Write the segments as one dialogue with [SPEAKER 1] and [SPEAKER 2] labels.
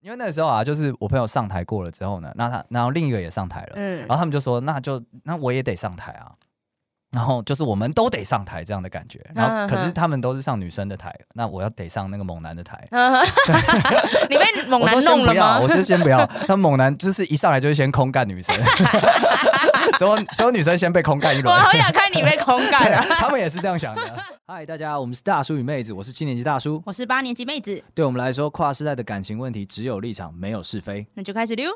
[SPEAKER 1] 因为那时候啊，就是我朋友上台过了之后呢，那他然后另一个也上台了，
[SPEAKER 2] 嗯
[SPEAKER 1] 然后他们就说那就那我也得上台啊，然后就是我们都得上台这样的感觉，然
[SPEAKER 2] 嗯
[SPEAKER 1] 后可是他们都是上女生的台，那我要得上那个猛男的台。
[SPEAKER 2] 你被猛
[SPEAKER 1] 我说
[SPEAKER 2] 男
[SPEAKER 1] 先
[SPEAKER 2] 弄
[SPEAKER 1] 不
[SPEAKER 2] 了
[SPEAKER 1] 要，
[SPEAKER 2] 吗
[SPEAKER 1] 啊我？ 说先不要。那猛男就是一上来就是先空干女生， 所有所有女生先被空干一
[SPEAKER 2] 我
[SPEAKER 1] 轮。
[SPEAKER 2] 好想看你被空感啊！
[SPEAKER 1] 他们也是这样想的。 嗨，大家，我们是大叔与妹子，我是七年级大叔。
[SPEAKER 2] 我是八年级妹子，
[SPEAKER 1] 对我们来说，跨世代的感情问题只有立场，没有是非。
[SPEAKER 2] 那就开始溜。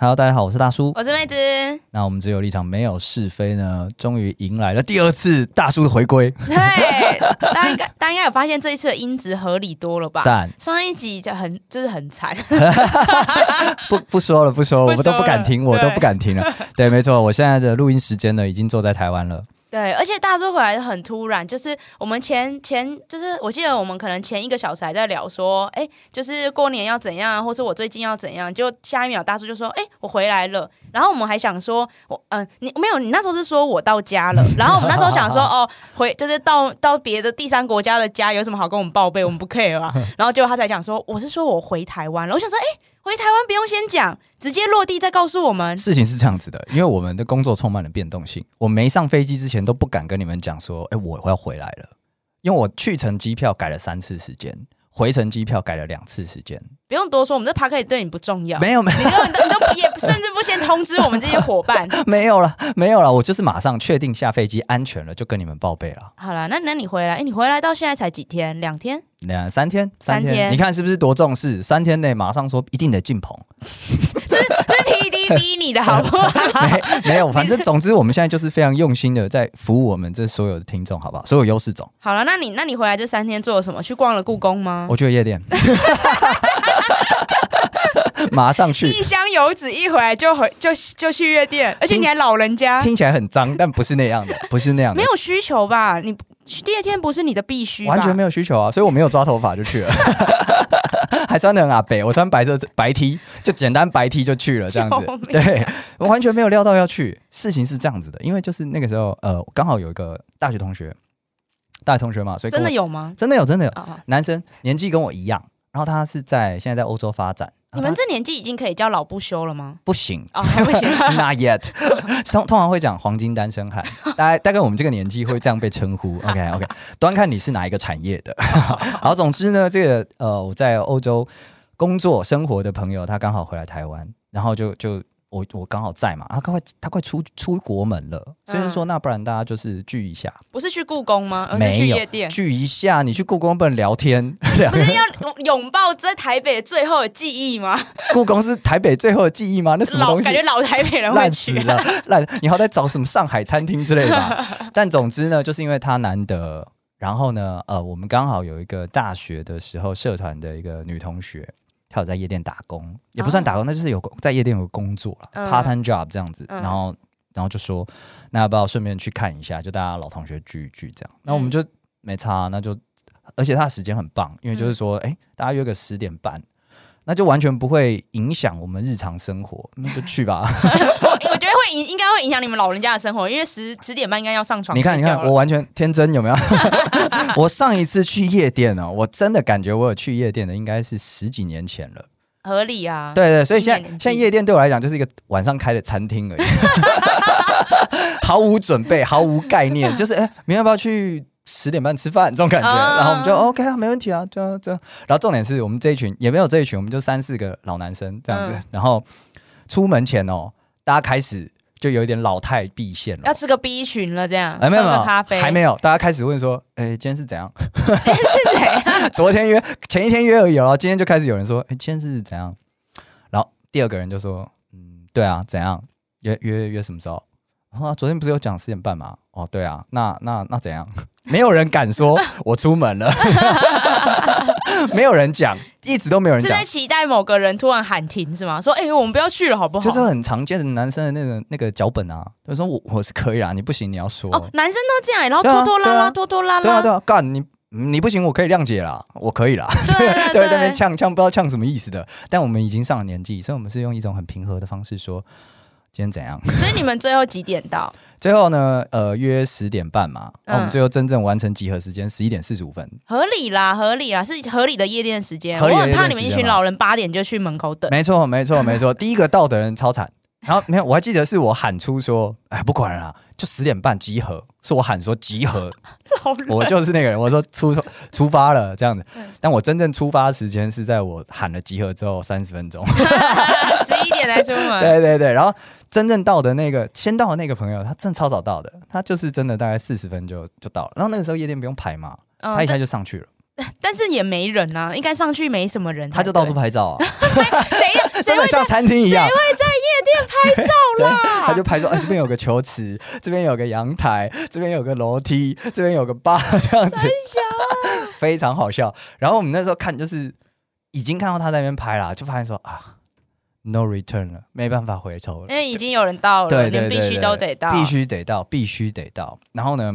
[SPEAKER 1] Hello，大家好，我是大叔。
[SPEAKER 2] 我是妹子，
[SPEAKER 1] 那我们只有立场，没有是非呢，终于迎来了第二次大叔的回归，
[SPEAKER 2] 对，大家应该大家应该有发现这一次的音质合理多了吧？
[SPEAKER 1] 赞！
[SPEAKER 2] 上一集就很就是很惨，
[SPEAKER 1] 不不说了，不说了，
[SPEAKER 2] 不
[SPEAKER 1] 我
[SPEAKER 2] 说
[SPEAKER 1] 都
[SPEAKER 2] 了
[SPEAKER 1] 不敢听，我都
[SPEAKER 2] 对
[SPEAKER 1] 不敢 听了。对，没错，我现在的录音时间呢，已经坐在台湾了。
[SPEAKER 2] 对，而且大叔回来得很突然，就是我们前前就是我记得我们可能前一个小时还在聊说，哎、就是过年要怎样，啊或是我最近要怎样，就下一秒大叔就说，哎、我回来了。然后我们还想说，我嗯、你没有，你那时候是说我到家了，然后我们那时候想说，哦，回就是到到别的第三国家的家有什么好跟我们报备，我们不 care 啊。然后结果他才讲说，我是说我回台湾了。我想说，哎、回台湾不用先讲，直接落地再告诉我们。
[SPEAKER 1] 事情是这样子的，因为我们的工作充满了变动性，我没上飞机之前都不敢跟你们讲说，哎、我要回来了，因为我去程机票改了三次时间，回程机票改了两次时间，
[SPEAKER 2] 不用多说，我们这 p a r k 对你啊不重要。
[SPEAKER 1] 没有没有
[SPEAKER 2] 你都你都你都也甚至不先通知我们这些伙伴。
[SPEAKER 1] 没有了，没有了，我就是马上确定下飞机安全了，就跟你们报备了。
[SPEAKER 2] 好了，那那你回来，哎，你回来到现在才几天？两天？
[SPEAKER 1] 两三天，
[SPEAKER 2] 三天
[SPEAKER 1] 你看是不是多重视？三天内马上说一定得进 棚，
[SPEAKER 2] 是是 P D 逼你的好不好？
[SPEAKER 1] 没没有，反正总之我们现在就是非常用心的在服务我们这所有的听众，好不好？所有优势种，
[SPEAKER 2] 好了，那你那你回来这三天做了什么？去逛了故宫吗？
[SPEAKER 1] 我去了夜 店，马上去，
[SPEAKER 2] 一箱油纸一回来就回就就去夜店，而且你还老人家，
[SPEAKER 1] 听起来很脏，但不是那样的，不是那样的
[SPEAKER 2] 没，有需求吧？你第二天不是你的必须吧？
[SPEAKER 1] 完全没有需求啊，所以我没有抓头发就去了。 还穿的很阿北，我穿白色白 T，就简单白 T 就去了这样子
[SPEAKER 2] 救。命啊
[SPEAKER 1] 对，我完全没有料到要去。事情是这样子的，因为就是那个时候，呃，刚好有一个大学同学，大学同学嘛，所以跟
[SPEAKER 2] 真
[SPEAKER 1] 我
[SPEAKER 2] 的有吗？
[SPEAKER 1] 真的有真的有
[SPEAKER 2] 啊、哦，
[SPEAKER 1] 男生，年纪跟我一样，然后他是在现在在欧洲发展。然
[SPEAKER 2] 你们
[SPEAKER 1] 后他
[SPEAKER 2] 这年纪已经可以叫老不休了吗？
[SPEAKER 1] 不行
[SPEAKER 2] 哦，还不行。
[SPEAKER 1] ，Not yet。通通常会讲黄金单 身汉，大概大概我们这个年纪会这样被称呼。OK OK，端看你是哪一个产 业的。好，总之呢，这个呃，我在欧洲工作生活的朋友，他刚好回来台湾，然后就就。我我刚好在嘛，他快他快出出国门了，所以就说那不然大家就是聚一下，
[SPEAKER 2] 不是去故宫吗？而是去
[SPEAKER 1] 没有
[SPEAKER 2] 夜店。
[SPEAKER 1] 聚一下，你去故宫不能聊天，
[SPEAKER 2] 嗯不是要拥抱在台北最后的记忆吗？
[SPEAKER 1] 故宫是台北最后的记忆吗？那什么
[SPEAKER 2] 老
[SPEAKER 1] 东西？
[SPEAKER 2] 感觉老台北人会
[SPEAKER 1] 烂死
[SPEAKER 2] 去。啊
[SPEAKER 1] 了，烂！你好歹找什么上海餐厅之类的 吧。但总之呢，就是因为他难得，然后呢，呃，我们刚好有一个大学的时候社团的一个女同学，她有在夜店打工，也不算打工，那就是有在夜店有工作了、
[SPEAKER 2] 哦嗯
[SPEAKER 1] p a r t time job 这样子。
[SPEAKER 2] 嗯
[SPEAKER 1] 然后，然后就说，那要不要顺便去看一下？就大家老同学聚一聚这
[SPEAKER 2] 嗯
[SPEAKER 1] 样。那我们就没差，那就而且他的时间很棒，因为就是说，
[SPEAKER 2] 嗯
[SPEAKER 1] 哎、大家约个十点半。那就完全不会影响我们日常生活，那就去吧。
[SPEAKER 2] 我我觉得会影，应该会影响你们老人家的生活，因为十十点半应该要上床
[SPEAKER 1] 你看，
[SPEAKER 2] 睡
[SPEAKER 1] 你
[SPEAKER 2] 觉
[SPEAKER 1] 看，
[SPEAKER 2] 了
[SPEAKER 1] 我完全天真，有没有？ 我上一次去夜店哦，我真的感觉我有去夜店的，应该是十几年前了。
[SPEAKER 2] 合理啊。，
[SPEAKER 1] 对对，所以现
[SPEAKER 2] 一
[SPEAKER 1] 在现
[SPEAKER 2] 年年纪
[SPEAKER 1] 在夜店对我来讲就是一个晚上开的餐厅而已， 毫无准备，毫无概 念，就是哎，明天要不要去？十点半吃饭这种感觉，
[SPEAKER 2] 啊
[SPEAKER 1] 然后我们就 OK 啊，没问题啊，这样这样。然后重点是我们这一群也没有这一群，我们就三四个老男生这样子。
[SPEAKER 2] 嗯
[SPEAKER 1] 然后出门前哦，大家开始就有一点老态毕现了
[SPEAKER 2] 要，吃个 B 群了这样，
[SPEAKER 1] 哎，没有没
[SPEAKER 2] 喝
[SPEAKER 1] 有
[SPEAKER 2] 个咖，啡，
[SPEAKER 1] 还没有，大家开始问说，哎、今天是怎样？
[SPEAKER 2] 今天是谁啊？
[SPEAKER 1] 昨天约，前一天约而已哦，今天就开始有人说，哎、今天是怎样？然后第二个人就说，嗯，对啊，怎样？约约约什么时候？然后、啊、昨天不是有讲十点半吗？哦，对啊，那那那怎样？ 没有人敢说我出门了， 没有人讲，一直都没有人
[SPEAKER 2] 是
[SPEAKER 1] 讲
[SPEAKER 2] 在，期待某个人突然喊停是吗？说哎、我们不要去了好不好？
[SPEAKER 1] 就是很常见的男生的那个那个脚本啊，就说我我是可以啦，你不行你要说，
[SPEAKER 2] 哦，男生都这样，然后
[SPEAKER 1] 对啊
[SPEAKER 2] 拖拖拉
[SPEAKER 1] 对
[SPEAKER 2] 拉，
[SPEAKER 1] 啊
[SPEAKER 2] 拖拖拉拉，
[SPEAKER 1] 对啊对啊，干你你不行，我可以谅解啦，我可以啦。
[SPEAKER 2] 对
[SPEAKER 1] 对，在那
[SPEAKER 2] 对
[SPEAKER 1] 边呛呛，不知道呛什么意思的。但我们已经上了年纪，所以我们是用一种很平和的方式说，今天怎样？
[SPEAKER 2] 所以你们最后几点到？
[SPEAKER 1] 最后呢，呃，约十点半嘛，那、我们
[SPEAKER 2] 嗯
[SPEAKER 1] 最后真正完成集合时间十一点四十五分。
[SPEAKER 2] 合理啦，合理啦，是合理的夜店时间。
[SPEAKER 1] 合
[SPEAKER 2] 我
[SPEAKER 1] 理的
[SPEAKER 2] 很
[SPEAKER 1] 夜店
[SPEAKER 2] 怕你们一
[SPEAKER 1] 时间啊
[SPEAKER 2] 群
[SPEAKER 1] 嘛
[SPEAKER 2] 老人八点就去门口等。
[SPEAKER 1] 没错，没错，没错。第一个到的人超惨，然后没有，我还记得是我喊出说，哎，不管了啦，就十点半集合，是我喊说集合，
[SPEAKER 2] 老人
[SPEAKER 1] 我就是那个人，我说出出发了这样子
[SPEAKER 2] 嗯。
[SPEAKER 1] 但我真正出发时间是在我喊了集合之后三十分钟。
[SPEAKER 2] 十一点才出门，
[SPEAKER 1] 对对对，然后真正到的那个先到的那个朋友，他真的超早到的，他就是真的大概四十分就就到了。然后那个时候夜店不用排嘛，
[SPEAKER 2] 嗯
[SPEAKER 1] 他一下
[SPEAKER 2] 但
[SPEAKER 1] 就上去了，
[SPEAKER 2] 但是也没人啊，应该上去没什么人才
[SPEAKER 1] 他就到处
[SPEAKER 2] 对。
[SPEAKER 1] 拍照 啊，
[SPEAKER 2] 等一下，谁
[SPEAKER 1] 真的像餐厅一样，谁会在夜 店拍照啦？他就拍说，哎，这边有个球池，这边有个阳台，这边有个楼梯，这边有个吧，这样子， 非常好笑。然后我们那时候看就是已经看到他在那边拍啦，就发现说啊，no return 了，没办法回头了。
[SPEAKER 2] 因为已经有人到了，
[SPEAKER 1] 对
[SPEAKER 2] 你们
[SPEAKER 1] 对对
[SPEAKER 2] 必须
[SPEAKER 1] 对
[SPEAKER 2] 都得到，
[SPEAKER 1] 必须得到，必须得到。然后呢，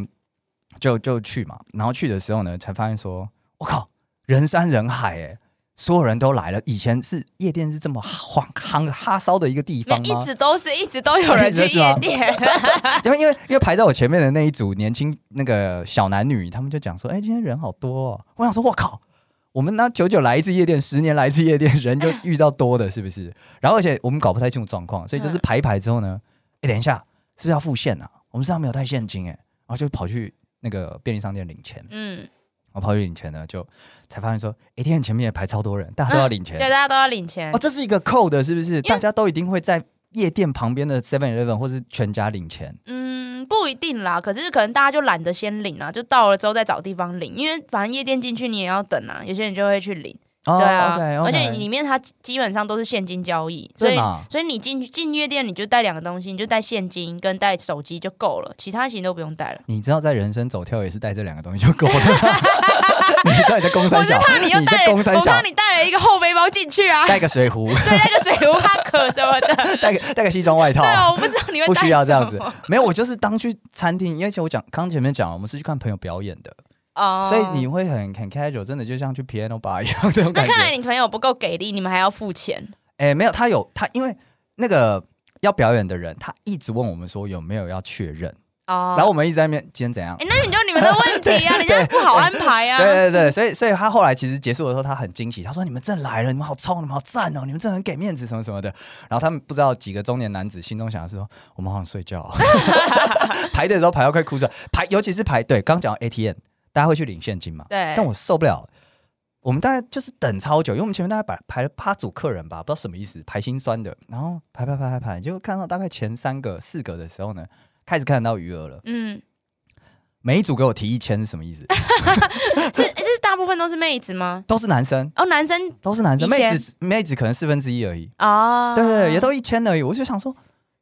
[SPEAKER 1] 就就去嘛。然后去的时候呢，才发现说，我靠，人山人海哎，所有人都来了。以前是夜店是这么 晃夯哈骚的一个地
[SPEAKER 2] 没
[SPEAKER 1] 方吗？
[SPEAKER 2] 一直都是一直都有人去
[SPEAKER 1] 一直是啊吗
[SPEAKER 2] 夜店，
[SPEAKER 1] 因为因为因为排在我前面的那一组年轻那个小男女，他们就讲说，哎、今天人好多、哦。我想说，我靠，我们那久久来一次夜店，十年来一次夜店，人就遇到多的，是不是？然后而且我们搞不太清楚状况，所以就是
[SPEAKER 2] 嗯
[SPEAKER 1] 排一排之后呢，哎、等一下，是不是要付现啊？我们身上没有带现金、哎，然后就跑去那个便利商店领钱。
[SPEAKER 2] 嗯，
[SPEAKER 1] 我跑去领钱呢，就才发现说，哎、店前面也排超多人，大家都要领钱。
[SPEAKER 2] 嗯对，大家都要领钱
[SPEAKER 1] 哦，。这是一个扣的，是不是？大家都一定会在夜店旁边的 Seven Eleven 或是全家领钱。
[SPEAKER 2] 嗯，不一定啦，可是可能大家就懒得先领啦，就到了之后再找地方领，因为反正夜店进去你也要等啊，有些人就会去领，
[SPEAKER 1] 哦
[SPEAKER 2] 对啊
[SPEAKER 1] OK，OK 啊
[SPEAKER 2] 而且里面它基本上都是现金交易，所
[SPEAKER 1] 对
[SPEAKER 2] 以
[SPEAKER 1] 嘛？
[SPEAKER 2] 所以你进进夜店你就带两个东西，你就带现金跟带手机就够了，其他行都不用带了。
[SPEAKER 1] 你知道在人生走跳也是带这两个东西就 够了。你知道你在公
[SPEAKER 2] 我
[SPEAKER 1] 三
[SPEAKER 2] 是
[SPEAKER 1] 小，
[SPEAKER 2] 怕你又带
[SPEAKER 1] 在
[SPEAKER 2] 了，
[SPEAKER 1] 公三
[SPEAKER 2] 我
[SPEAKER 1] 小
[SPEAKER 2] 怕你带了一个后背包进去啊，
[SPEAKER 1] 带个水壶，
[SPEAKER 2] 对，那个水壶、哈可什么的。
[SPEAKER 1] 带个带个西装外套
[SPEAKER 2] 对，啊，我不知道你会
[SPEAKER 1] 不需要这样
[SPEAKER 2] 带
[SPEAKER 1] 子
[SPEAKER 2] 什么。
[SPEAKER 1] 没有，我就是当去餐厅，因为我讲刚前面讲了，我们是去看朋友表演的，
[SPEAKER 2] 哦
[SPEAKER 1] 所以你会很很 casual，真的就像去 piano bar 一样这种
[SPEAKER 2] 那
[SPEAKER 1] 感觉
[SPEAKER 2] 看。来你朋友不够给力，你们还要付钱。
[SPEAKER 1] 哎、没有，他有他，因为那个要表演的人，他一直问我们说有没有要确认，
[SPEAKER 2] 哦，
[SPEAKER 1] 然后我们一直在那边今天怎样。
[SPEAKER 2] 哎，那你就你们的问题 啊，
[SPEAKER 1] 对
[SPEAKER 2] 人家不好安排啊。
[SPEAKER 1] 对对对，所以所以他后来其实结束的时候，他很惊喜，他说：“你们真来了，你们好冲，你们好赞哦，你们真的很给面子，什么什么的。”然后他们不知道几个中年男子心中想的是说：“我们好想睡觉、哦。”排队的时候排到快哭出来，排尤其是排对，刚讲到 ATM，大家会去领现金嘛，
[SPEAKER 2] 对，
[SPEAKER 1] 但我受不了。我们大概就是等超久，因为我们前面大概排排了八组客人吧，不知道什么意思，排心酸的。然后排排排排排，就看到大概前三个、四个的时候呢，开始看得到余额了。
[SPEAKER 2] 嗯，
[SPEAKER 1] 每一组给我提一千是什么意思？
[SPEAKER 2] 是诶是大部分都是妹子吗？
[SPEAKER 1] 都是男生，
[SPEAKER 2] 哦，男生
[SPEAKER 1] 都是男生，
[SPEAKER 2] 一千
[SPEAKER 1] 妹子妹子可能四分之一而已，
[SPEAKER 2] 哦，
[SPEAKER 1] 对对对，也都一千而已。我就想说，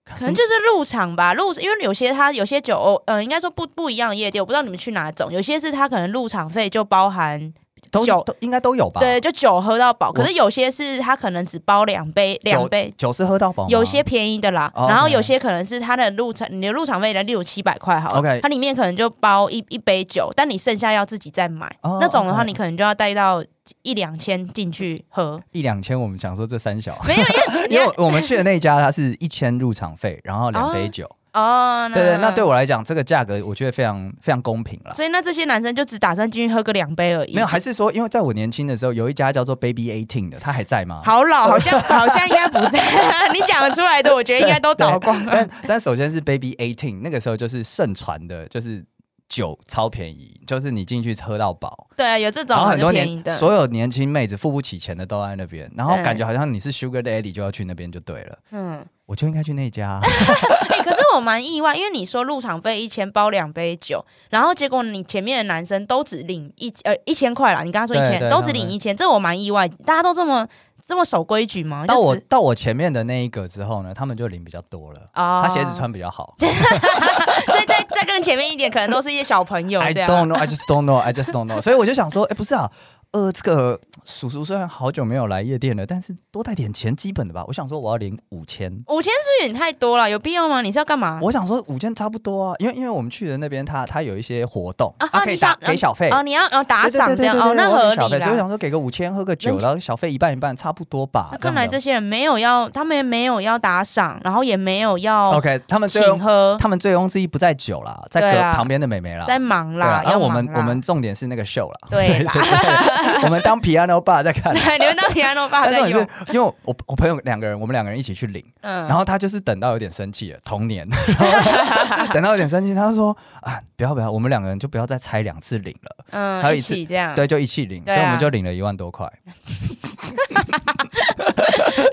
[SPEAKER 2] 可能就是入场吧，入因为有些他有些酒，哦呃，应该说不不一样的夜店，我不知道你们去哪种，有些是他可能入场费就包含，
[SPEAKER 1] 都是
[SPEAKER 2] 酒
[SPEAKER 1] 都应该都有吧？
[SPEAKER 2] 对，就酒喝到饱，
[SPEAKER 1] 我
[SPEAKER 2] 可是有些是他可能只包两杯
[SPEAKER 1] 酒，
[SPEAKER 2] 两杯。
[SPEAKER 1] 酒是喝到饱吗，
[SPEAKER 2] 有些便宜的啦，
[SPEAKER 1] 哦
[SPEAKER 2] 然后
[SPEAKER 1] OK
[SPEAKER 2] 有些可能是他的入场，你的入场费呢，例如七百块好了
[SPEAKER 1] OK
[SPEAKER 2] 它里面可能就包一一杯酒，但你剩下要自己再买，
[SPEAKER 1] 哦
[SPEAKER 2] 那种的话
[SPEAKER 1] OK
[SPEAKER 2] 你可能就要带到一两千进去喝，
[SPEAKER 1] 一两千，我们想说这三小，
[SPEAKER 2] 没有因为
[SPEAKER 1] 因为我们去的那一家它是一千入场费，然后两杯酒，
[SPEAKER 2] 哦，
[SPEAKER 1] 对对，那对我来讲这个价格我觉得非常非常公平了。
[SPEAKER 2] 所以那这些男生就只打算进去喝个两杯而已，
[SPEAKER 1] 没有，还是说，因为在我年轻的时候，有一家叫做 Baby Eighteen 的，它还在吗？
[SPEAKER 2] 好老，好像好像应该不在。 你讲得出来的，我觉得应该都倒光 了。
[SPEAKER 1] 但但首先是 Baby Eighteen，那个时候就是盛传的，就是酒超便宜，就是你进去喝到饱，
[SPEAKER 2] 对啊，有这种
[SPEAKER 1] 然后很多
[SPEAKER 2] 就便宜
[SPEAKER 1] 年
[SPEAKER 2] 的，
[SPEAKER 1] 所有年轻妹子付不起钱的都在那边，然后
[SPEAKER 2] 对
[SPEAKER 1] 感觉好像你是 Sugar Daddy 就要去那边就对了，
[SPEAKER 2] 嗯，
[SPEAKER 1] 我就应该去那 家。
[SPEAKER 2] 哎、可是我蛮意外，因为你说入场费一千包两杯酒，然后结果你前面的男生都只领一呃一千块啦，你刚刚说一
[SPEAKER 1] 对
[SPEAKER 2] 千，
[SPEAKER 1] 对
[SPEAKER 2] 都只
[SPEAKER 1] 他
[SPEAKER 2] 领
[SPEAKER 1] 们
[SPEAKER 2] 一千，这我蛮意外，大家都这么这么守规矩吗？
[SPEAKER 1] 到
[SPEAKER 2] 就
[SPEAKER 1] 我
[SPEAKER 2] 只
[SPEAKER 1] 到我前面的那一个之后呢，他们就领比较多了，
[SPEAKER 2] 啊
[SPEAKER 1] 他鞋子，穿比较好。
[SPEAKER 2] 所以再再更前面一点，可能都是一些小朋友
[SPEAKER 1] I
[SPEAKER 2] 这样。
[SPEAKER 1] don't know, I just don't know, I just don't know。所以我就想说，哎，不是啊，呃，这个叔叔虽然好久没有来夜店了，但是多带点钱基本的吧。我想说我要领五千，
[SPEAKER 2] 五千是不是有点太多了？有必要吗？你是要干嘛？
[SPEAKER 1] 我想说五千差不多啊，因为因为我们去的那边他他有一些活动，
[SPEAKER 2] 啊啊
[SPEAKER 1] 可以
[SPEAKER 2] 你
[SPEAKER 1] 打
[SPEAKER 2] 想
[SPEAKER 1] 给小费。
[SPEAKER 2] 哦，你要哦打
[SPEAKER 1] 对对
[SPEAKER 2] 赏
[SPEAKER 1] 对
[SPEAKER 2] 这
[SPEAKER 1] 对
[SPEAKER 2] 样
[SPEAKER 1] 对
[SPEAKER 2] 哦，
[SPEAKER 1] 对
[SPEAKER 2] 那
[SPEAKER 1] 我要给
[SPEAKER 2] 合
[SPEAKER 1] 小
[SPEAKER 2] 理
[SPEAKER 1] 费所以我
[SPEAKER 2] 啦。
[SPEAKER 1] 想说给个五千，喝个酒，
[SPEAKER 2] 人家
[SPEAKER 1] 然后小费一半一半，差不多吧
[SPEAKER 2] 那。
[SPEAKER 1] 啊这样
[SPEAKER 2] 看来
[SPEAKER 1] 的
[SPEAKER 2] 这些人没有要，他们也没有要打赏，然后也没有要
[SPEAKER 1] OK，他们醉
[SPEAKER 2] 哦请
[SPEAKER 1] 翁
[SPEAKER 2] 喝，
[SPEAKER 1] 他们醉翁之意不在酒啦，在
[SPEAKER 2] 对
[SPEAKER 1] 隔
[SPEAKER 2] 啦
[SPEAKER 1] 旁边的美眉啦。
[SPEAKER 2] 在忙
[SPEAKER 1] 对啊
[SPEAKER 2] 啦。，
[SPEAKER 1] 然
[SPEAKER 2] 要
[SPEAKER 1] 后我们
[SPEAKER 2] 忙啦
[SPEAKER 1] 我们重点是那个秀啦，
[SPEAKER 2] 对啦
[SPEAKER 1] 所以 对我们当 piano bar 在看。
[SPEAKER 2] 对，你们当 piano 爸
[SPEAKER 1] 但
[SPEAKER 2] 在
[SPEAKER 1] 重点
[SPEAKER 2] 用，
[SPEAKER 1] 是，因为我我朋友两个人，我们两个人一起去领，
[SPEAKER 2] 嗯，
[SPEAKER 1] 然后他就是等到有点生气了，童年， 然 后等到有点生气，他就说啊，不要不要，我们两个人就不要再拆两次领了，还有
[SPEAKER 2] 嗯，
[SPEAKER 1] 一
[SPEAKER 2] 一
[SPEAKER 1] 次
[SPEAKER 2] 起这样。
[SPEAKER 1] 对，就一起领，
[SPEAKER 2] 对啊
[SPEAKER 1] 所以我们就领了一万多块，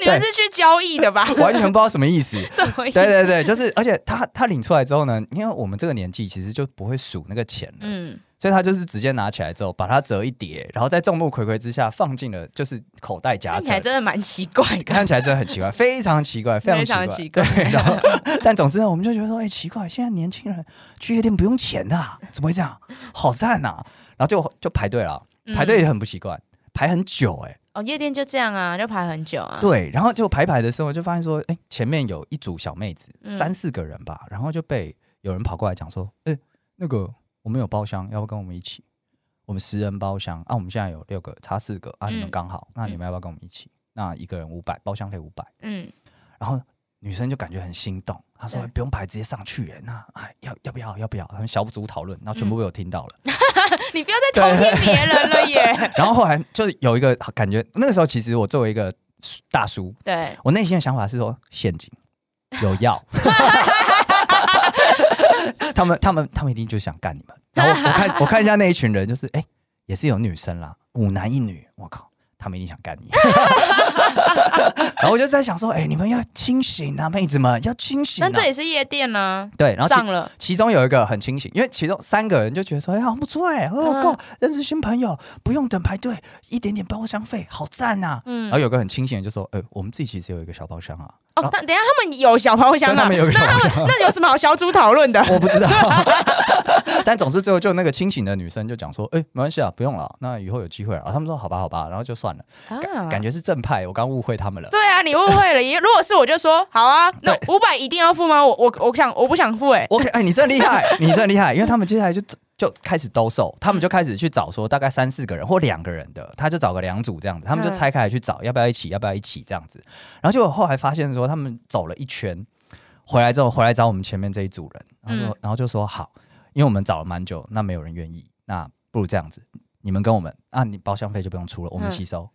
[SPEAKER 2] 你们是去交易的吧？
[SPEAKER 1] 完全不知道什么意思。
[SPEAKER 2] 什 么意
[SPEAKER 1] 对
[SPEAKER 2] 思？
[SPEAKER 1] 对对，就是，而且他他领出来之后呢，因为我们这个年纪其实就不会数那个钱了，
[SPEAKER 2] 嗯，
[SPEAKER 1] 所以他就是直接拿起来之后，把它折一叠，然后在众目睽睽之下放进了就是口袋夹
[SPEAKER 2] 看起来
[SPEAKER 1] 层。
[SPEAKER 2] 真的蛮奇怪的。
[SPEAKER 1] 看起来真的很奇 怪，非常奇怪，非常
[SPEAKER 2] 非常奇
[SPEAKER 1] 怪。对，然后，但总之呢，我们就觉得说，哎、奇怪，现在年轻人去夜店不用钱的啊、怎么会这样？好赞呐、然后就就排队了，
[SPEAKER 2] 嗯
[SPEAKER 1] 排队也很不习惯，排很久哎、
[SPEAKER 2] 哦，夜店就这样啊，就排很久啊。
[SPEAKER 1] 对，然后就排排的时候，就发现说，哎、前面有一组小妹子，
[SPEAKER 2] 嗯
[SPEAKER 1] 三四个人吧，然后就被有人跑过来讲说，哎、那个我们有包厢，要不要跟我们一起？我们十人包厢啊，我们现在有六个，差四个啊，你们
[SPEAKER 2] 嗯
[SPEAKER 1] 刚好，那你们要不要跟我们一起？那一个人五百，包厢费五百。
[SPEAKER 2] 嗯，
[SPEAKER 1] 然后女生就感觉很心动，她说哎
[SPEAKER 2] 对
[SPEAKER 1] 不用排，直接上去耶。那哎，要要不要？要不要？他们小组讨论，然
[SPEAKER 2] 嗯
[SPEAKER 1] 后全部被我听到了。
[SPEAKER 2] 你不要再偷听别 人了耶。
[SPEAKER 1] 然后后来就是有一个感觉，那个时候其实我作为一个大叔，
[SPEAKER 2] 对，
[SPEAKER 1] 我内心的想法是说陷阱有药， 他们他们他们一定就想干你们。然后我我看我看一下那一群人，就是哎、也是有女生啦，五男一女，我靠，他们一定想干你。 然后我就在想说，哎、你们要清醒啊，妹子们要清醒、啊。
[SPEAKER 2] 但这也是夜店啊，
[SPEAKER 1] 对，然后其
[SPEAKER 2] 上了。
[SPEAKER 1] 其中有一个很清醒，因为其中三个人就觉得说，哎、好不错哎、哦
[SPEAKER 2] 嗯
[SPEAKER 1] 够，认识新朋友，不用等排队，一点点包厢费，好赞呐、
[SPEAKER 2] 嗯
[SPEAKER 1] 然后有个很清醒的就说，哎、我们自己其实有一个小包厢啊，
[SPEAKER 2] 哦，但等一下他们有小包厢
[SPEAKER 1] 但
[SPEAKER 2] 啊，
[SPEAKER 1] 他们有个小
[SPEAKER 2] 那
[SPEAKER 1] 包
[SPEAKER 2] 他们那有什么好小组讨论的？
[SPEAKER 1] 我不知道。但总之最后就那个清醒的女生就讲说，哎、没关系啊，不用了，那以后有机会了。然后他们说，好吧，好吧，然后就算了。
[SPEAKER 2] 啊
[SPEAKER 1] 感觉是正派，我刚误会他们了。
[SPEAKER 2] 对啊，你误会了。也如果是我就说好啊，那
[SPEAKER 1] 对
[SPEAKER 2] 五百一定要付吗？我我我想我不想付哎、
[SPEAKER 1] OK，哎、你真厉害，你真厉害，因为他们接下来就就开始兜售，他
[SPEAKER 2] 嗯
[SPEAKER 1] 们就开始去找说大概三四个人或两个人的，他就找个两组这样子，他们就
[SPEAKER 2] 嗯
[SPEAKER 1] 拆开来去找要不要一起，要不要一起这样子，然后结果后来发现说他们走了一圈，回来之后回来找我们前面这一组人，然后说、
[SPEAKER 2] 嗯
[SPEAKER 1] 然后就说好，因为我们找了蛮久，那没有人愿意，那不如这样子。你们跟我们啊，你包厢费就不用出了，我们
[SPEAKER 2] 嗯
[SPEAKER 1] 吸收。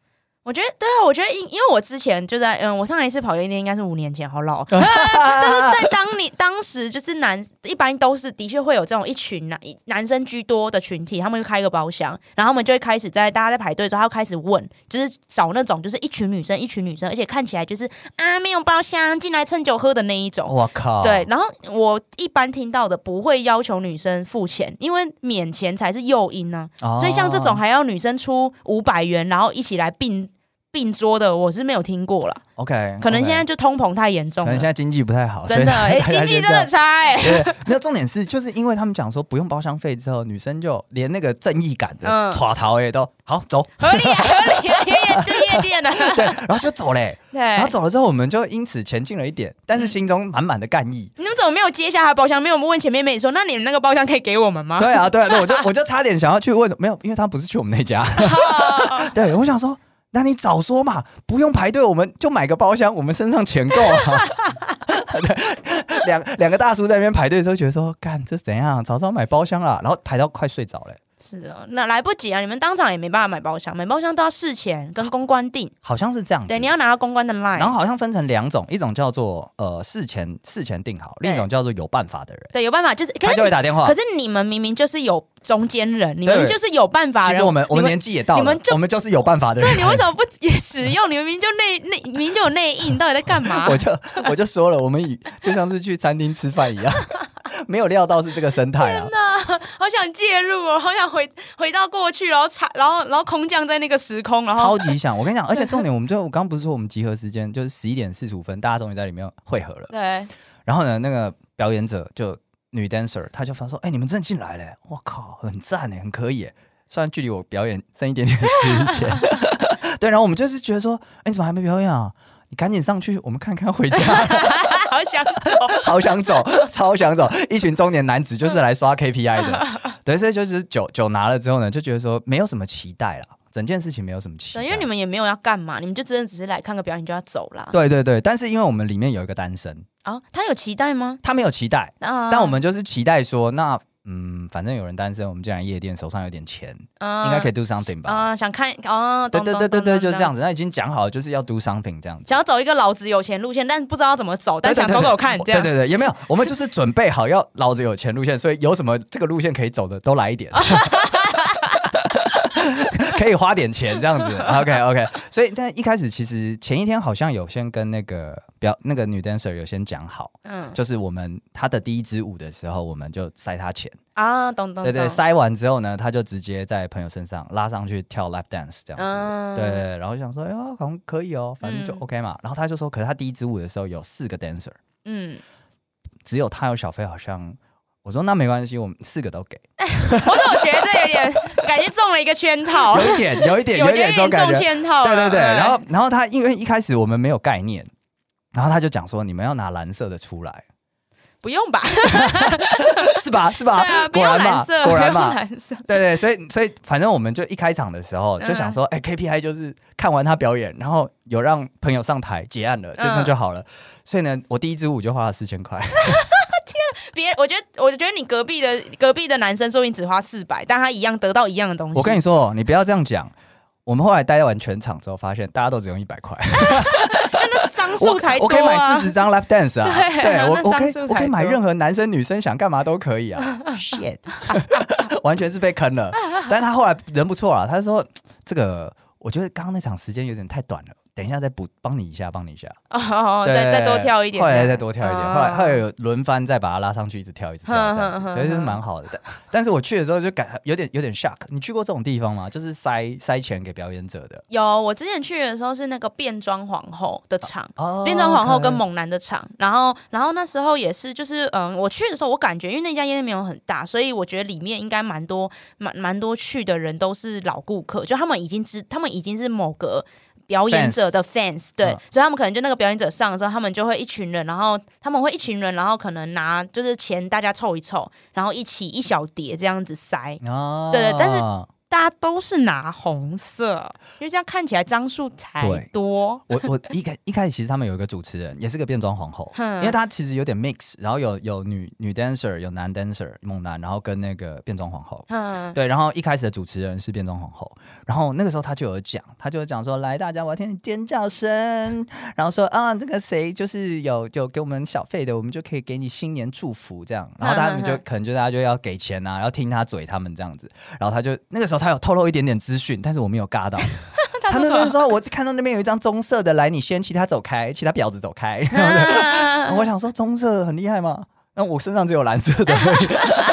[SPEAKER 2] 我觉得对啊，我觉得因因为我之前就在嗯，我上一次跑夜店应该是五年前，好老哦。 但是在当你当时就是男，一般都是的确会有这种一群男一男生居多的群体，他们就开一个包厢，然后他们就会开始在大家在排队的时候，他会开始问，就是找那种就是一群女生一群女生，而且看起来就是啊没有包厢进来蹭酒喝的那一种。
[SPEAKER 1] 我、靠！
[SPEAKER 2] 对，，然后我一般听到的不会要求女生付钱，因为免钱才是诱因啊呢、
[SPEAKER 1] 哦
[SPEAKER 2] 所以像这种还要女生出五百元，然后一起来并并桌的，我是没有听过了。
[SPEAKER 1] OK，
[SPEAKER 2] 可能
[SPEAKER 1] OK
[SPEAKER 2] 现在就通膨太严重
[SPEAKER 1] 嗯可能
[SPEAKER 2] 了
[SPEAKER 1] 现，在经济不太好，
[SPEAKER 2] 真的，哎、经济真的
[SPEAKER 1] 差。
[SPEAKER 2] 差哎、
[SPEAKER 1] 对，没有重点是，就是因为他们讲说不用包厢费之后，女生就连那个正义感的
[SPEAKER 2] 嗯
[SPEAKER 1] 耍逃也都好走，
[SPEAKER 2] 合理啊， 合理啊，因为这夜店 呢、啊，
[SPEAKER 1] 对，然后就走嘞。然后
[SPEAKER 2] 对。
[SPEAKER 1] 走了之后，我们就因此前进了一点，但是心中满满的干 意。
[SPEAKER 2] 你们怎么没有接下他的包厢？没有问前面妹说，那你们那个包厢可以给我们吗？
[SPEAKER 1] 对啊，对啊，对，我就我就差点想要去问，没有，因为他不是去我们那家。对，我想说，那你早说嘛，不用排队，我们就买个包厢，我们身上钱够啊。 对，两两个大叔在那边排队的时候，觉得说，干这怎样？早知道买包厢了，然后排到快睡着嘞。
[SPEAKER 2] 是啊，那来不及啊！你们当场也没办法买包厢，买包厢都要事前跟公关定。
[SPEAKER 1] 好像是这样子。
[SPEAKER 2] 对，你要拿到公关的 line，
[SPEAKER 1] 然后好像分成两种，一种叫做呃事前事前定好，
[SPEAKER 2] 对
[SPEAKER 1] 另一种叫做有办法的人，
[SPEAKER 2] 对，有办法就是，可
[SPEAKER 1] 他
[SPEAKER 2] 是
[SPEAKER 1] 就
[SPEAKER 2] 你
[SPEAKER 1] 会打电话
[SPEAKER 2] 可。是你们明明就是有中间人，你们
[SPEAKER 1] 啊对
[SPEAKER 2] 就是有办法
[SPEAKER 1] 其
[SPEAKER 2] 人。
[SPEAKER 1] 实我们我们
[SPEAKER 2] 你
[SPEAKER 1] 年纪也到了，
[SPEAKER 2] 你们就
[SPEAKER 1] 我们就是有办法的人。？
[SPEAKER 2] 对你为什么不也使用？你们明明就内内，明明就有内应，你到底在干嘛
[SPEAKER 1] 我就我就说了，我们以就像是去餐厅吃饭一样， 没有料到是这个生态啊。
[SPEAKER 2] 好想介入哦，好想回回到过去，然后插，然后然后空降在那个时空，然后
[SPEAKER 1] 超级想，我 跟你讲，而且重点，我们就我刚不是说我们集合时间就是十一点四十五分，大家终于在里面汇合了。
[SPEAKER 2] 对，
[SPEAKER 1] 然后呢，那个表演者就女 dancer，她就发说：“哎、你们真的进来了，我靠，很赞哎，很可以耶。”虽然距离我表演剩一点点时间， 对，然后我们就是觉得说，哎、你怎么还没表演啊？你赶紧上去，我们看看回家，
[SPEAKER 2] 好想走。
[SPEAKER 1] 好想走，超想走。一群中年男子就是来刷 KPI 的，对，所以就是酒酒拿了之后呢，就觉得说没有什么期待了，整件事情没有什么期待，
[SPEAKER 2] 对，因为你们也没有要干嘛，你们就真的只是来看个表演就要走啦。
[SPEAKER 1] 对对对，但是因为我们里面有一个单身，
[SPEAKER 2] 啊，他有期待吗？
[SPEAKER 1] 他没有期待，
[SPEAKER 2] 啊，
[SPEAKER 1] 但我们就是期待说，那嗯，反正有人单身，我们既然夜店手上有点钱，应该可以 do something 吧？
[SPEAKER 2] 啊嗯啊，想看哦，
[SPEAKER 1] 对
[SPEAKER 2] 懂
[SPEAKER 1] 对对对对，就是这。
[SPEAKER 2] 懂懂懂懂
[SPEAKER 1] 样子。那已经讲好了，就是要 do something 这样子。
[SPEAKER 2] 想要走一个老子有钱路线，但不知道怎么走，但想
[SPEAKER 1] 对对
[SPEAKER 2] 走
[SPEAKER 1] 对
[SPEAKER 2] 走看，这
[SPEAKER 1] 对
[SPEAKER 2] 样
[SPEAKER 1] 对对，也没有，我们就是准备好要老子有钱路线，所以有什么这个路线可以走的都来一 点，可以花点钱这样子。OK OK，所以但一开始其实前一天好像有先跟那个表那个女 dancer 有先讲好，
[SPEAKER 2] 嗯
[SPEAKER 1] 就是我们她的第一支舞的时候，我们就塞她钱。
[SPEAKER 2] 啊，懂懂
[SPEAKER 1] 对对，
[SPEAKER 2] 懂
[SPEAKER 1] 塞完之后呢，他就直接在朋友身上拉上去跳 lap dance 这样子。
[SPEAKER 2] 嗯
[SPEAKER 1] 对对对，然后想说，哎呦，好像可以哦，反正就
[SPEAKER 2] 嗯
[SPEAKER 1] OK 嘛。然后他就说，可是他第一支舞的时候有四个 dancer，
[SPEAKER 2] 嗯，
[SPEAKER 1] 只有他有小费，好像我说那没关系，我们四个都给，
[SPEAKER 2] 我怎么觉得这有点感觉中了一个圈套，
[SPEAKER 1] 有一点，有一 点，有
[SPEAKER 2] 我
[SPEAKER 1] 一
[SPEAKER 2] 觉得
[SPEAKER 1] 点这种感
[SPEAKER 2] 中
[SPEAKER 1] 觉。
[SPEAKER 2] 圈套
[SPEAKER 1] 对
[SPEAKER 2] 了。
[SPEAKER 1] 对对，
[SPEAKER 2] 哎
[SPEAKER 1] 然后然后他因为一开始我们没有概念，然后他就讲说，你们要拿蓝色的出来，
[SPEAKER 2] 不用吧，
[SPEAKER 1] 是吧？是
[SPEAKER 2] 对
[SPEAKER 1] 吧
[SPEAKER 2] 啊，？不
[SPEAKER 1] 果
[SPEAKER 2] 用
[SPEAKER 1] 然
[SPEAKER 2] 蓝
[SPEAKER 1] 嘛
[SPEAKER 2] 色，，不
[SPEAKER 1] 果
[SPEAKER 2] 用
[SPEAKER 1] 然嘛，
[SPEAKER 2] 蓝色，
[SPEAKER 1] 对对，所以所以反正我们就一开场的时候就
[SPEAKER 2] 嗯
[SPEAKER 1] 想说，哎、k p i 就是看完他表演，然后有让朋友上台结案了，就那
[SPEAKER 2] 嗯
[SPEAKER 1] 就好了。所以呢，我第一支舞就花了四千块，
[SPEAKER 2] 别，我觉得，我觉得你隔壁的隔壁的男生说不定只花四百，但他一样得到一样的东西。
[SPEAKER 1] 我跟你说，哦，你不要这样讲。我们后来待完全场之后，发现大家都只用一百块，
[SPEAKER 2] 那是张
[SPEAKER 1] 我
[SPEAKER 2] 数才多啊
[SPEAKER 1] 我可以买四十张 lap dance 啊，
[SPEAKER 2] 对啊
[SPEAKER 1] 我
[SPEAKER 2] 那
[SPEAKER 1] 我
[SPEAKER 2] 张
[SPEAKER 1] 可以
[SPEAKER 2] 数
[SPEAKER 1] 我可
[SPEAKER 2] 才
[SPEAKER 1] 以买
[SPEAKER 2] 多
[SPEAKER 1] 任何男生女生想干嘛都可以 啊，shit，完全是被坑了。但他后来人不错啊，他说这个我觉得刚刚那场时间有点太短了，等一下再补帮你一下，帮你一下。
[SPEAKER 2] 哦，
[SPEAKER 1] 对
[SPEAKER 2] 再再多跳一点，
[SPEAKER 1] 后来再多跳一点，
[SPEAKER 2] 哦嗯
[SPEAKER 1] 后来后来有轮番再把它拉上去，一直跳一直跳
[SPEAKER 2] 哼
[SPEAKER 1] 这样
[SPEAKER 2] 哼
[SPEAKER 1] 子，
[SPEAKER 2] 哼
[SPEAKER 1] 对，就是
[SPEAKER 2] 哼
[SPEAKER 1] 蛮好的。但但是我去的时候就感有点有点 shock。你去过这种地方吗？就是塞塞钱给表演者的
[SPEAKER 2] 有，我之前去的时候是那个变装皇后的场。
[SPEAKER 1] 哦
[SPEAKER 2] 变装皇后跟
[SPEAKER 1] ，OK
[SPEAKER 2] 猛男的场，然后，然后那时候也是，就是，嗯，我去的时候，我感觉因为那家夜店没有很大，所以我觉得里面应该蛮多，蛮蛮多去的人都是老顾客，就他们已经知，他们已经是某个表演者的 fans，对，
[SPEAKER 1] 嗯
[SPEAKER 2] 所以他们可能就那个表演者上的时候，他们就会一群人，然后他们会一群人，然后可能拿就是钱大家凑一凑，然后一起一小碟这样子塞，
[SPEAKER 1] 哦，
[SPEAKER 2] 对对但是大家都是拿红色，因为这样看起来张数才
[SPEAKER 1] 对
[SPEAKER 2] 多。
[SPEAKER 1] 我我一开一开始其实他们有一个主持人，也是个变装皇后，
[SPEAKER 2] 哼
[SPEAKER 1] 因为她其实有点 mix，然后有有女女 dancer，有男 dancer 猛男，然后跟那个变装皇后。
[SPEAKER 2] 嗯，
[SPEAKER 1] 对，然后一开始的主持人是变装皇后，然后那个时候她就有讲，她就有讲说，来大家我要听尖叫声，然后说啊，这个谁就是有有给我们小费的，我们就可以给你新年祝福这样，然后大家
[SPEAKER 2] 嗯嗯嗯
[SPEAKER 1] 就可能就大家就要给钱啊，然后听她嘴他们这样子，然后她就那个时候她有透露一点点资讯，但是我没有尬 到，她那时候就说，我只看到那边有一张棕色的，来你先，其他走开，其他婊子走开， 然后我想说棕色很厉害吗？那我身上只有蓝色的而已。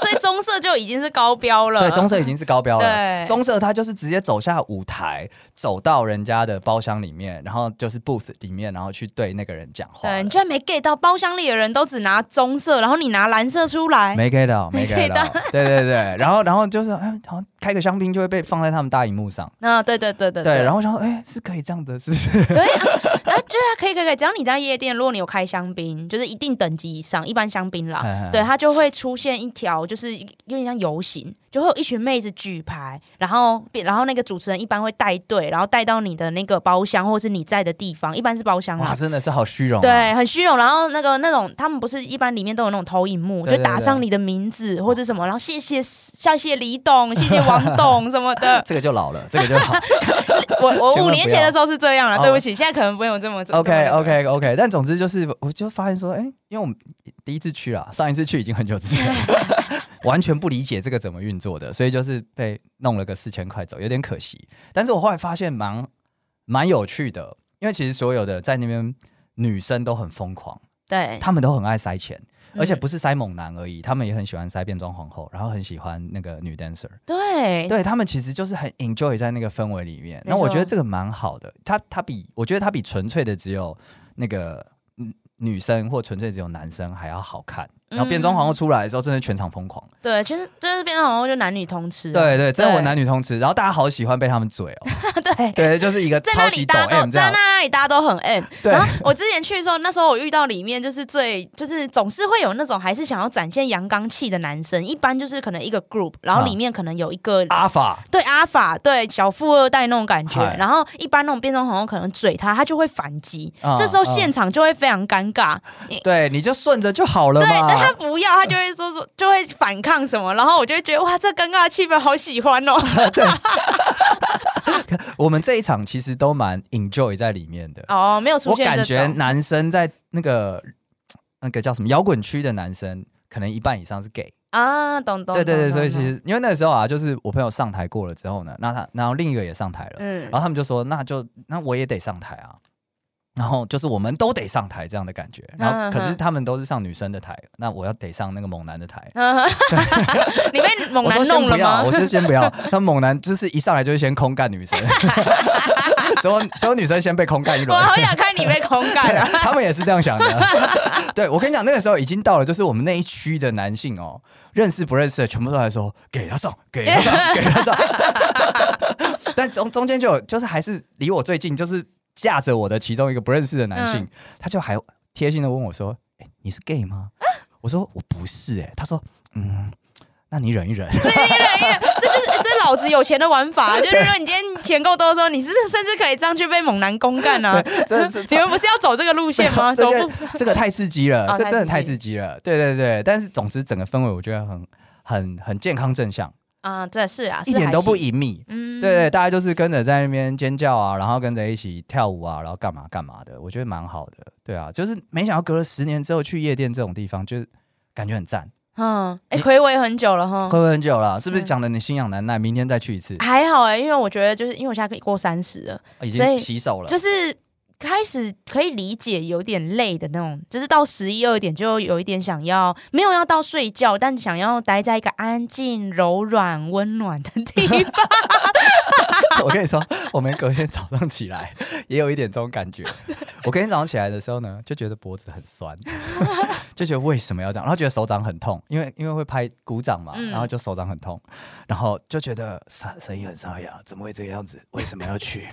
[SPEAKER 2] 所以棕色就已经是高标了。
[SPEAKER 1] 对，棕色已经是高标了。
[SPEAKER 2] 对
[SPEAKER 1] 棕色它就是直接走下舞台，走到人家的包厢里面，然后就是 booth 里面，然后去对那个人讲话
[SPEAKER 2] 对
[SPEAKER 1] 了。
[SPEAKER 2] 你居然没 get 到，包厢里的人都只拿棕色，然后你拿蓝色出来。
[SPEAKER 1] 没 get 到，没
[SPEAKER 2] 没
[SPEAKER 1] get
[SPEAKER 2] get
[SPEAKER 1] 到
[SPEAKER 2] 到，
[SPEAKER 1] 对对对，然后然后就是，哎，好像开个香槟就会被放在他们大荧幕上，
[SPEAKER 2] 嗯，对对对对
[SPEAKER 1] 对，然后我想说，哎，是可以这样的，是不 是？
[SPEAKER 2] 对啊，啊对啊，可以可以可以，只要你在夜店，如果你有开香槟，就是一定等级以上，一般香槟啦，
[SPEAKER 1] 嗯
[SPEAKER 2] 对，它就会出现一条，就是有点像游行，就会有一群妹子举牌，然后然后那个主持人一般会带队，然后带到你的那个包厢或是你在的地方，一般是包厢
[SPEAKER 1] 哇，
[SPEAKER 2] 啦。
[SPEAKER 1] 真的是好虚荣、啊，
[SPEAKER 2] 对，很虚荣。然后那个那种，他们不是一般里面都有那种投影幕，
[SPEAKER 1] 对对
[SPEAKER 2] 就打上你的名字或者什么，然后谢谢谢谢李董，谢谢王董什么 的。
[SPEAKER 1] 这个就老了，这个就老。
[SPEAKER 2] 我我
[SPEAKER 1] 千万
[SPEAKER 2] 五
[SPEAKER 1] 不
[SPEAKER 2] 年前的时候是这样了，啊
[SPEAKER 1] 要
[SPEAKER 2] 对不起，现在可能不用这
[SPEAKER 1] 哦
[SPEAKER 2] 么。
[SPEAKER 1] OK
[SPEAKER 2] 这么
[SPEAKER 1] OK OK，但总之就是，我就发现说，哎、因为我们第一次去啦，上一次去已经很久之前了，完全不理解这个怎么运作的，所以就是被弄了个四千块走，有点可惜。但是我后来发现蛮蛮有趣的，因为其实所有的在那边女生都很疯狂，
[SPEAKER 2] 对，
[SPEAKER 1] 她们都很爱塞钱，而且
[SPEAKER 2] 嗯
[SPEAKER 1] 不是塞猛男而已，她们也很喜欢塞变装皇后，然后很喜欢那个女 dancer。
[SPEAKER 2] 对
[SPEAKER 1] 对他们其实就是很 enjoy 在那个氛围里面。
[SPEAKER 2] 哎没
[SPEAKER 1] 那我
[SPEAKER 2] 错
[SPEAKER 1] 觉得这个蛮好的，它它比我觉得它比纯粹的只有那个嗯女生或纯粹只有男生还要好看。然后变装皇后出来的时候，真的全场疯狂。
[SPEAKER 2] 对，其实就是变成好像就男女通吃、啊，
[SPEAKER 1] 对对，真的我男女通吃，然后大家好喜欢被他们嘴哦。
[SPEAKER 2] 对。
[SPEAKER 1] 对，就是一个
[SPEAKER 2] 在那
[SPEAKER 1] 超
[SPEAKER 2] 里
[SPEAKER 1] 级抖
[SPEAKER 2] 大家
[SPEAKER 1] M
[SPEAKER 2] 都
[SPEAKER 1] 这
[SPEAKER 2] 在
[SPEAKER 1] 样。
[SPEAKER 2] 那里大家都很 M，
[SPEAKER 1] 对
[SPEAKER 2] 然后我之前去的时候，那时候我遇到里面就是最就是总是会有那种还是想要展现阳刚气的男生，一般就是可能一个 group，然后里面可能有一个、
[SPEAKER 1] 阿法，
[SPEAKER 2] 对阿法对小富二代那种感觉
[SPEAKER 1] 嗨，
[SPEAKER 2] 然后一般那种变装皇后可能嘴他，他就会反击，
[SPEAKER 1] 啊
[SPEAKER 2] 这时候
[SPEAKER 1] 啊
[SPEAKER 2] 现场就会非常尴尬，
[SPEAKER 1] 对，你就顺着就好了
[SPEAKER 2] 对，
[SPEAKER 1] 嘛。
[SPEAKER 2] 但他不要，他就会说说就会反抗什么，然后我就会觉得哇，这尴尬的气氛好喜欢 哦，
[SPEAKER 1] 我们这一场其实都蛮 enjoy 在里面的。
[SPEAKER 2] 哦，没有出
[SPEAKER 1] 我
[SPEAKER 2] 现这
[SPEAKER 1] 感觉
[SPEAKER 2] 种，
[SPEAKER 1] 男生在那个那个叫什么摇滚区的男生，可能一半以上是 gay。
[SPEAKER 2] 啊，懂懂，
[SPEAKER 1] 对对对，
[SPEAKER 2] 懂
[SPEAKER 1] 所以
[SPEAKER 2] 懂
[SPEAKER 1] 其实因为那个时候啊，就是我朋友上台过了之后呢，那他然后另一个也上台了，
[SPEAKER 2] 嗯
[SPEAKER 1] 然，后他们就说那就那我也得上台啊。然后就是我们都得上台这样的感觉，然后
[SPEAKER 2] 嗯
[SPEAKER 1] 可是
[SPEAKER 2] 嗯
[SPEAKER 1] 他们都是上女生的台，那我要得上那个猛男的台。
[SPEAKER 2] 你被猛
[SPEAKER 1] 我
[SPEAKER 2] 男
[SPEAKER 1] 说先
[SPEAKER 2] 弄
[SPEAKER 1] 不
[SPEAKER 2] 了
[SPEAKER 1] 要，
[SPEAKER 2] 吗？
[SPEAKER 1] 啊我说先不要， 他猛男就是一上来就是先空干女生，所有所有女生先被空干一
[SPEAKER 2] 我
[SPEAKER 1] 轮，
[SPEAKER 2] 好想看你被空 感啊！
[SPEAKER 1] 他们也是这样想的。 对我跟你讲，那个时候已经到了，就是我们那一区的男性哦，认识不认识的，全部都来说给他上，给他上，给他上。 但中中间就有，就是还是离我最近，就是架着我的其中一个不认识的男性，
[SPEAKER 2] 嗯
[SPEAKER 1] 他就还贴心的问我说：“哎、你是 gay 吗？”我说：“我不是。”哎，他说：“嗯，那你忍一 忍。”
[SPEAKER 2] 这一人一人，这就是这老子有钱的玩法，啊就是说你今天钱够多的时候，你是甚至可以这样去被猛男公干啊！
[SPEAKER 1] 真的是
[SPEAKER 2] 你们不是要走这个路线 吗？
[SPEAKER 1] 这
[SPEAKER 2] 走
[SPEAKER 1] 件
[SPEAKER 2] 不？
[SPEAKER 1] 这个太刺激了，
[SPEAKER 2] 哦
[SPEAKER 1] 这
[SPEAKER 2] 太
[SPEAKER 1] 真的
[SPEAKER 2] 刺
[SPEAKER 1] 太
[SPEAKER 2] 激
[SPEAKER 1] 刺激了。对对对，但是总之整个氛围我觉得很很很健康正向，
[SPEAKER 2] 啊，这是啊，
[SPEAKER 1] 一
[SPEAKER 2] 是
[SPEAKER 1] 点
[SPEAKER 2] 还
[SPEAKER 1] 都不
[SPEAKER 2] 是，
[SPEAKER 1] 隐秘。
[SPEAKER 2] 嗯
[SPEAKER 1] 对对，大家就是跟着在那边尖叫啊，然后跟着一起跳舞啊，然后干嘛干嘛的，我觉得蛮好的。对啊，就是没想到隔了十年之后去夜店这种地方，就是感觉很赞。
[SPEAKER 2] 嗯，哎，暌违很久了哈
[SPEAKER 1] 会。不会很久了？是不是
[SPEAKER 2] 嗯
[SPEAKER 1] 讲的你心痒难耐？明天再去一次，
[SPEAKER 2] 还好哎、因为我觉得就是因为我现在可以过三十了，
[SPEAKER 1] 已
[SPEAKER 2] 所
[SPEAKER 1] 经
[SPEAKER 2] 以
[SPEAKER 1] 洗手了。
[SPEAKER 2] 就是开始可以理解有点累的那种，就是到十一二点就有一点想要没有要到睡觉，但想要待在一个安静、柔软、温暖的地方。
[SPEAKER 1] 我跟你说，我们隔天早上起来也有一点这种感觉。我隔天早上起来的时候呢，就觉得脖子很酸， 就觉得为什么要这样，然后觉得手掌很痛，因为因为会拍鼓掌嘛，
[SPEAKER 2] 嗯
[SPEAKER 1] 然后就手掌很痛，然后就觉得沙声音很沙哑，怎么会这个样子？为什么要 去？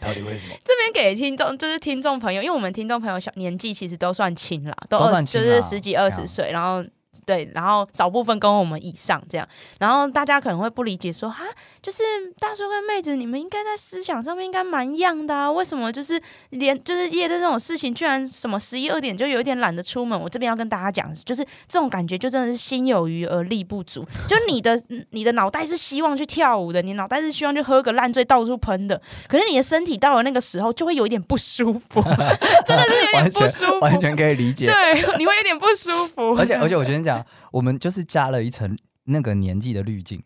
[SPEAKER 1] 到底为什么？
[SPEAKER 2] 这边给听众就是听众朋友，因为我们听众朋友小年纪其实都算轻啦，都
[SPEAKER 1] 都
[SPEAKER 2] 二
[SPEAKER 1] 算
[SPEAKER 2] 十就
[SPEAKER 1] 轻啦
[SPEAKER 2] 是十几二
[SPEAKER 1] 对
[SPEAKER 2] 十
[SPEAKER 1] 啊
[SPEAKER 2] 岁，然后。对，然后少部分跟我们以上这样，然后大家可能会不理解说，哈，就是大叔跟妹子，你们应该在思想上面应该蛮一样的啊，为什么就是连就是夜的这种事情，居然什么十一二点就有点懒得出门？我这边要跟大家讲，就是这种感觉就真的是心有余而力不足，就你的你的脑袋是希望去跳舞的，你脑袋是希望去喝个烂醉到处喷的，可是你的身体到了那个时候就会有一点不舒服， 真的是有点
[SPEAKER 1] 完
[SPEAKER 2] 不
[SPEAKER 1] 全
[SPEAKER 2] 舒服，
[SPEAKER 1] 完全可以理解。
[SPEAKER 2] 对，你会有点不舒服，
[SPEAKER 1] 而且而且，我先讲，我们就是加了一层那个年纪的滤 镜，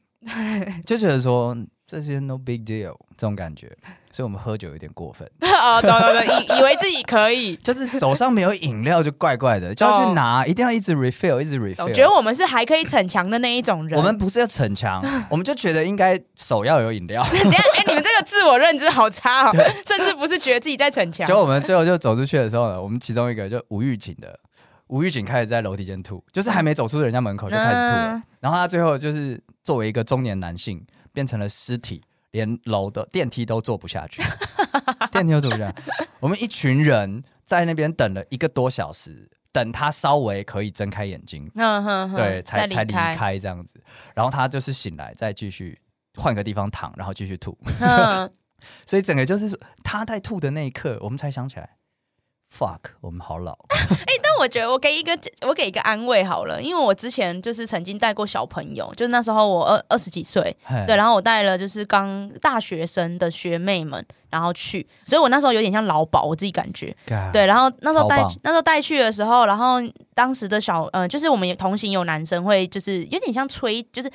[SPEAKER 1] 就觉得说这些 no big deal 这种感觉，所以我们喝酒有点过分。
[SPEAKER 2] 哦，懂懂懂，以以为自己 可以。
[SPEAKER 1] 就是手上没有饮料就怪怪 的，就要去拿，一定要一直 refill，一直
[SPEAKER 2] 懂觉
[SPEAKER 1] refill。
[SPEAKER 2] 得哦我们是还可以逞强的那一种人。
[SPEAKER 1] 我们不是要逞强，我们就觉得应该手要有饮料。
[SPEAKER 2] 等一下，哎、你们这个自我认知好差哦，甚至不是觉得自己在逞强
[SPEAKER 1] 结。果我们最后就走出去的时候呢，我们其中一个就无预警的，无预警开始在楼梯间吐，就是还没走出人家门口就开始吐了。
[SPEAKER 2] 嗯
[SPEAKER 1] 然后他最后就是作为一个中年男性，变成了尸体，连楼的电梯都坐不下去， 电梯都坐不下去。我们一群人在那边等了一个多小时，等他稍微可以睁开眼睛。
[SPEAKER 2] 嗯哼哼，
[SPEAKER 1] 对，才才
[SPEAKER 2] 再
[SPEAKER 1] 离
[SPEAKER 2] 离。
[SPEAKER 1] 开这样子。然后他就是醒来，再继续换个地方躺，然后继续吐。
[SPEAKER 2] 嗯，
[SPEAKER 1] 所以整个就是说他在吐的那一刻，我们才想起来，fuck，我们好老。
[SPEAKER 2] 但我觉得我给一个我给一个安慰好了，因为我之前就是曾经带过小朋友，就那时候我二二十几岁，对，
[SPEAKER 1] 对，
[SPEAKER 2] 然后我带了就是刚大学生的学妹们，然后去，所以我那时候有点像劳保，我自己感觉。
[SPEAKER 1] 干
[SPEAKER 2] 对，然后那时候带
[SPEAKER 1] 超棒
[SPEAKER 2] 那时候带去的时候，然后当时的小呃，就是我们也同行有男生会就是有点像吹，就是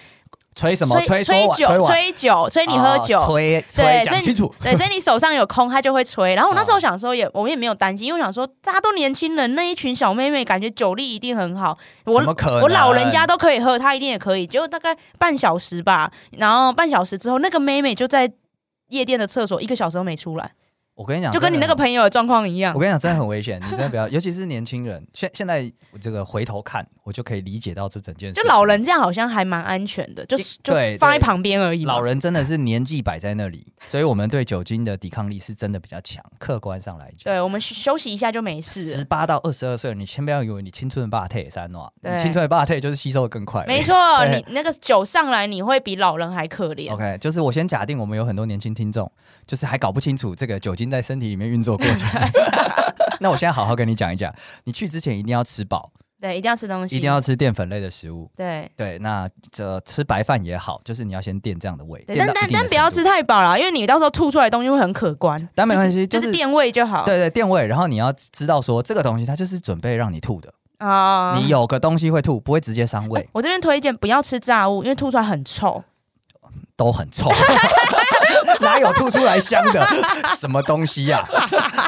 [SPEAKER 1] 吹什么？
[SPEAKER 2] 吹
[SPEAKER 1] 说完
[SPEAKER 2] 酒
[SPEAKER 1] 吹、完
[SPEAKER 2] 吹酒、吹你喝酒。
[SPEAKER 1] 哦吹吹，
[SPEAKER 2] 对所以
[SPEAKER 1] 讲
[SPEAKER 2] 你
[SPEAKER 1] 清楚。
[SPEAKER 2] 对，所以你手上有空，他就会吹。然后我那时候
[SPEAKER 1] 哦
[SPEAKER 2] 想说也，我也没有担心，因为我想说大家都年轻人，那一群小妹妹感觉酒力一定很好。我
[SPEAKER 1] 怎么可能？
[SPEAKER 2] 我老人家都可以喝，他一定也可以。结果大概半小时吧，然后半小时之后，那个妹妹就在夜店的厕所一个小时都没出来。
[SPEAKER 1] 我跟你讲，
[SPEAKER 2] 就跟你那个
[SPEAKER 1] 友，
[SPEAKER 2] 朋友的状况一样
[SPEAKER 1] 我。跟你讲，真的很危险，你真的不要，尤其是年轻人。现现在我这个回头看，我就可以理解到这整件事
[SPEAKER 2] 就
[SPEAKER 1] 情。
[SPEAKER 2] 老人这样好像还蛮安全的，就
[SPEAKER 1] 对
[SPEAKER 2] 就
[SPEAKER 1] 哦对
[SPEAKER 2] 放在旁边而已嘛。
[SPEAKER 1] 老人真的是年纪摆在那 里，所以我们对酒精的抵抗力是真的比较强。客观上来讲，
[SPEAKER 2] 对我们休休息一下就没事了
[SPEAKER 1] 十。八到二十二岁，你千不要以为你青春的霸退三诺，你
[SPEAKER 2] 对
[SPEAKER 1] 青春的霸退就是吸收的更快。
[SPEAKER 2] 没。错，
[SPEAKER 1] 对
[SPEAKER 2] 你那个酒上来，你会比老人还可怜。
[SPEAKER 1] OK，就是我先假定我们有很多年轻听众，就是还搞不清楚这个酒精在身体里面运作过 程。那我现在好好跟你讲一讲，你去之前一定要吃饱，
[SPEAKER 2] 对，一定要吃东西，
[SPEAKER 1] 一定要吃淀粉类的食物。
[SPEAKER 2] 对
[SPEAKER 1] 对，那这呃吃白饭也好，就是你要先垫这样的胃，
[SPEAKER 2] 对，
[SPEAKER 1] 垫
[SPEAKER 2] 但
[SPEAKER 1] 到一
[SPEAKER 2] 但
[SPEAKER 1] 定的
[SPEAKER 2] 但不要
[SPEAKER 1] 程度
[SPEAKER 2] 吃，太饱了，因为你到时候吐出来的东西会很可观。
[SPEAKER 1] 但没关系，
[SPEAKER 2] 就
[SPEAKER 1] 就是是
[SPEAKER 2] 垫胃就好。
[SPEAKER 1] 对对垫胃，然后你要知道说这个东西它就是准备让你吐的，
[SPEAKER 2] 啊，
[SPEAKER 1] 你有个东西会吐，不会直接伤 胃，
[SPEAKER 2] 我这边推荐不要吃炸物，因为吐出来很臭。
[SPEAKER 1] 都很 臭，哪有吐出来香的？什么东西呀、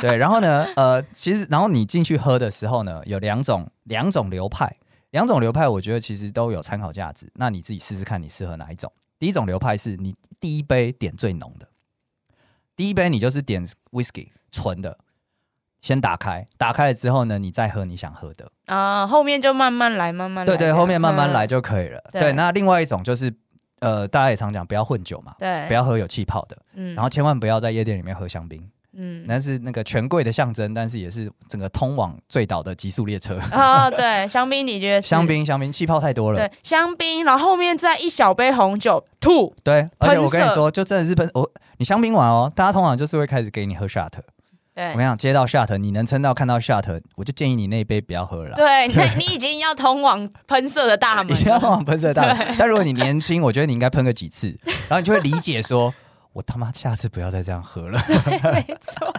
[SPEAKER 1] 对，然后呢，呃，其实然后你进去喝的时候呢，有两种两种流派，两种流派我觉得其实都有参考价值，那你自己试试看你适合哪一种。第一种流派是你第一杯点最浓的，第一杯你就是点 whisky 纯的，先打开，打开了之后呢，你再喝你想喝的。
[SPEAKER 2] 啊，后面就慢慢来，慢慢来
[SPEAKER 1] 对
[SPEAKER 2] 这
[SPEAKER 1] 对，
[SPEAKER 2] 样
[SPEAKER 1] 后面慢慢来
[SPEAKER 2] 嗯
[SPEAKER 1] 就可以了。
[SPEAKER 2] 对
[SPEAKER 1] 对，那另外一种就是，呃，大家也常讲不要混酒嘛，
[SPEAKER 2] 对，
[SPEAKER 1] 不，要喝有气泡的，
[SPEAKER 2] 嗯
[SPEAKER 1] 然后千万不要在夜店里面喝香槟，
[SPEAKER 2] 嗯，
[SPEAKER 1] 那是那个权贵的象征，但是也是整个通往最岛的极速列车。
[SPEAKER 2] 啊，对，香槟你 觉得是
[SPEAKER 1] 香？槟，香槟，气泡太多了
[SPEAKER 2] 对。，香槟，然后后面再一小杯红酒，吐，
[SPEAKER 1] 对，而且我
[SPEAKER 2] 喷
[SPEAKER 1] 跟你
[SPEAKER 2] 射
[SPEAKER 1] 说，就真的是喷我、你香槟完哦，大家通常就是会开始给你喝 shot。我
[SPEAKER 2] 对
[SPEAKER 1] 跟你。讲，接到 shot，你能撑到看到 shot，我就建议你那一杯不要喝了啦。
[SPEAKER 2] 对，你看你已经要通往喷射的大门
[SPEAKER 1] 一定要
[SPEAKER 2] 了。
[SPEAKER 1] 往喷射大门。但如果你年轻，我觉得你应该喷个几次，然后你就会理解说，我他妈下次不要再这样喝了。
[SPEAKER 2] 没错，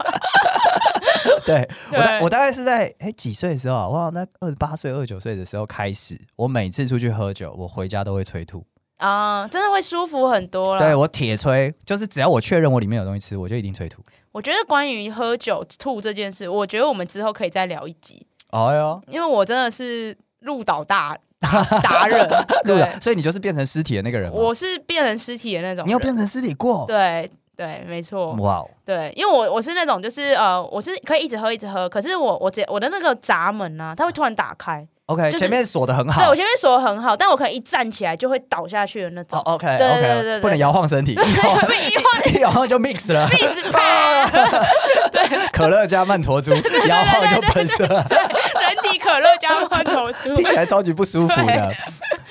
[SPEAKER 1] 对我大
[SPEAKER 2] 对
[SPEAKER 1] 我大概是在哎几岁的时候啊，我好像在二十八岁、二十九岁的时候开始，我每次出去喝酒，我回家都会催吐。
[SPEAKER 2] 啊，真的会舒服很多了。
[SPEAKER 1] 对我铁催，就是只要我确认我里面有东西吃，我就一定催吐。
[SPEAKER 2] 我觉得关于喝酒吐这件事，我觉得我们之后可以再聊一集，
[SPEAKER 1] 哎呦，
[SPEAKER 2] 因为我真的是鹿岛大达达人，
[SPEAKER 1] 对
[SPEAKER 2] 对，
[SPEAKER 1] 啊，所以你就是变成尸体的那个人吗？
[SPEAKER 2] 我是变成尸体的那种人。
[SPEAKER 1] 你有变成尸体过？
[SPEAKER 2] 对对，没错，
[SPEAKER 1] 哇哦，
[SPEAKER 2] 对，因为我我是那种就是呃，我是可以一直喝一直喝，可是我我只我的那个闸门啊，它会突然打开，
[SPEAKER 1] ！OK，
[SPEAKER 2] 就是
[SPEAKER 1] 前面锁的很
[SPEAKER 2] 对
[SPEAKER 1] 好
[SPEAKER 2] 我。前面锁得很好，但我可能一站起来就会倒下去的那
[SPEAKER 1] 哦
[SPEAKER 2] 种。对对对对
[SPEAKER 1] ，OK，OK，
[SPEAKER 2] 对
[SPEAKER 1] 不能摇晃身体，
[SPEAKER 2] 对，
[SPEAKER 1] 一晃
[SPEAKER 2] 被一 晃
[SPEAKER 1] 一摇晃就 mix 了。
[SPEAKER 2] 必 死啪，
[SPEAKER 1] 可乐加曼 陀珠，摇晃就喷射，
[SPEAKER 2] 人体可乐加罐 头猪。
[SPEAKER 1] 听起来超级不舒服的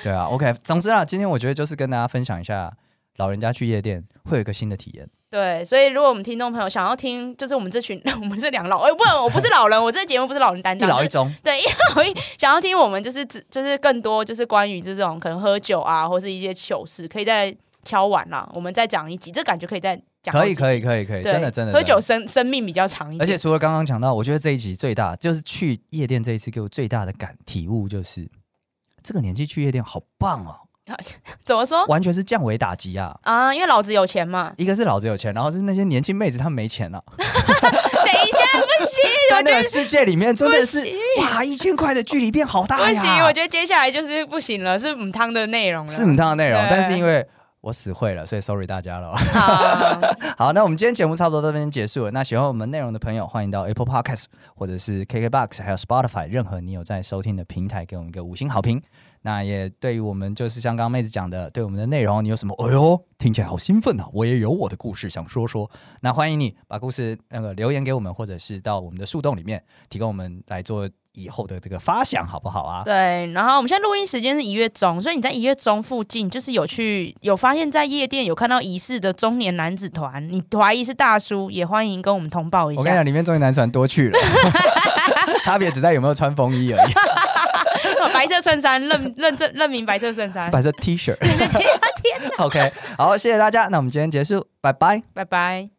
[SPEAKER 2] 对。
[SPEAKER 1] 对啊，OK，总之啊，今天我觉得就是跟大家分享一下，老人家去夜店会有一个新的体验。
[SPEAKER 2] 对，所以如果我们听众朋友想要听，就是我们这群 我们这两老，哎、不，我不是老人，我这节目不是老人担
[SPEAKER 1] 一
[SPEAKER 2] 当，
[SPEAKER 1] 老一
[SPEAKER 2] 就是
[SPEAKER 1] 中，
[SPEAKER 2] 对，一老一想要听我们就是只就是更多就是关于这种可能喝酒啊，或是一些糗事，可以再敲碗啦，我们再讲一集，这感觉可以再讲好
[SPEAKER 1] 可
[SPEAKER 2] 几
[SPEAKER 1] 以，
[SPEAKER 2] 集，
[SPEAKER 1] 可以，可以，可以，
[SPEAKER 2] 对，
[SPEAKER 1] 真的，真的。
[SPEAKER 2] 喝酒
[SPEAKER 1] 真的
[SPEAKER 2] 生生命比较长一点，
[SPEAKER 1] 而且除了刚刚讲到，我觉得这一集最大就是去夜店这一次给我最大的感体悟就是，这个年纪去夜店好棒哦，
[SPEAKER 2] 怎么说
[SPEAKER 1] 完全是降维打击啊！，
[SPEAKER 2] 啊、因为老子有钱嘛
[SPEAKER 1] 一个是老子有钱，然后是那些年轻妹子她们没钱了、啊，
[SPEAKER 2] 等一下不行，
[SPEAKER 1] 在 那
[SPEAKER 2] 我觉得
[SPEAKER 1] 个世界里面真的
[SPEAKER 2] 不
[SPEAKER 1] 是
[SPEAKER 2] 行
[SPEAKER 1] 哇，一千块的距离变好大
[SPEAKER 2] 不
[SPEAKER 1] 哎呀！
[SPEAKER 2] 行，我觉得接下来就是不行了，是母汤的内容了，
[SPEAKER 1] 是母 汤的内容，
[SPEAKER 2] 对
[SPEAKER 1] 但是因为我死会了，所以 sorry 大家了。
[SPEAKER 2] 啊，
[SPEAKER 1] 好，那我们今天节目差不多到这边结束了。那喜欢我们内容的朋友，欢迎到 Apple Podcast 或者是 KKBox 还有 Spotify 任何你有在收听的平台给我们一个五星好评。那也对于我们就是像刚刚妹子讲的，对我们的内容你有什么？哎呦，听起来好兴奋啊！我也有我的故事想说说。那欢迎你把故事那个、留言给我们，或者是到我们的树洞里面提供我们来做以后的这个发想，好不好啊？
[SPEAKER 2] 对，然后我们现在录音时间是一月中，所以你在一月中附近，就是有去有发现，在夜店有看到疑似的中年男子团，你怀疑是大叔，也欢迎跟我们通报一
[SPEAKER 1] 我跟你讲，
[SPEAKER 2] 下。
[SPEAKER 1] 里面中年男船多去了， 差别只在有没有穿风衣而已，
[SPEAKER 2] 白色衬衫认认证认明白色衬衫
[SPEAKER 1] 是。白色 T 恤。
[SPEAKER 2] 天啊天啊
[SPEAKER 1] OK，好，谢谢大家，那我们今天结束，拜拜。
[SPEAKER 2] 拜拜。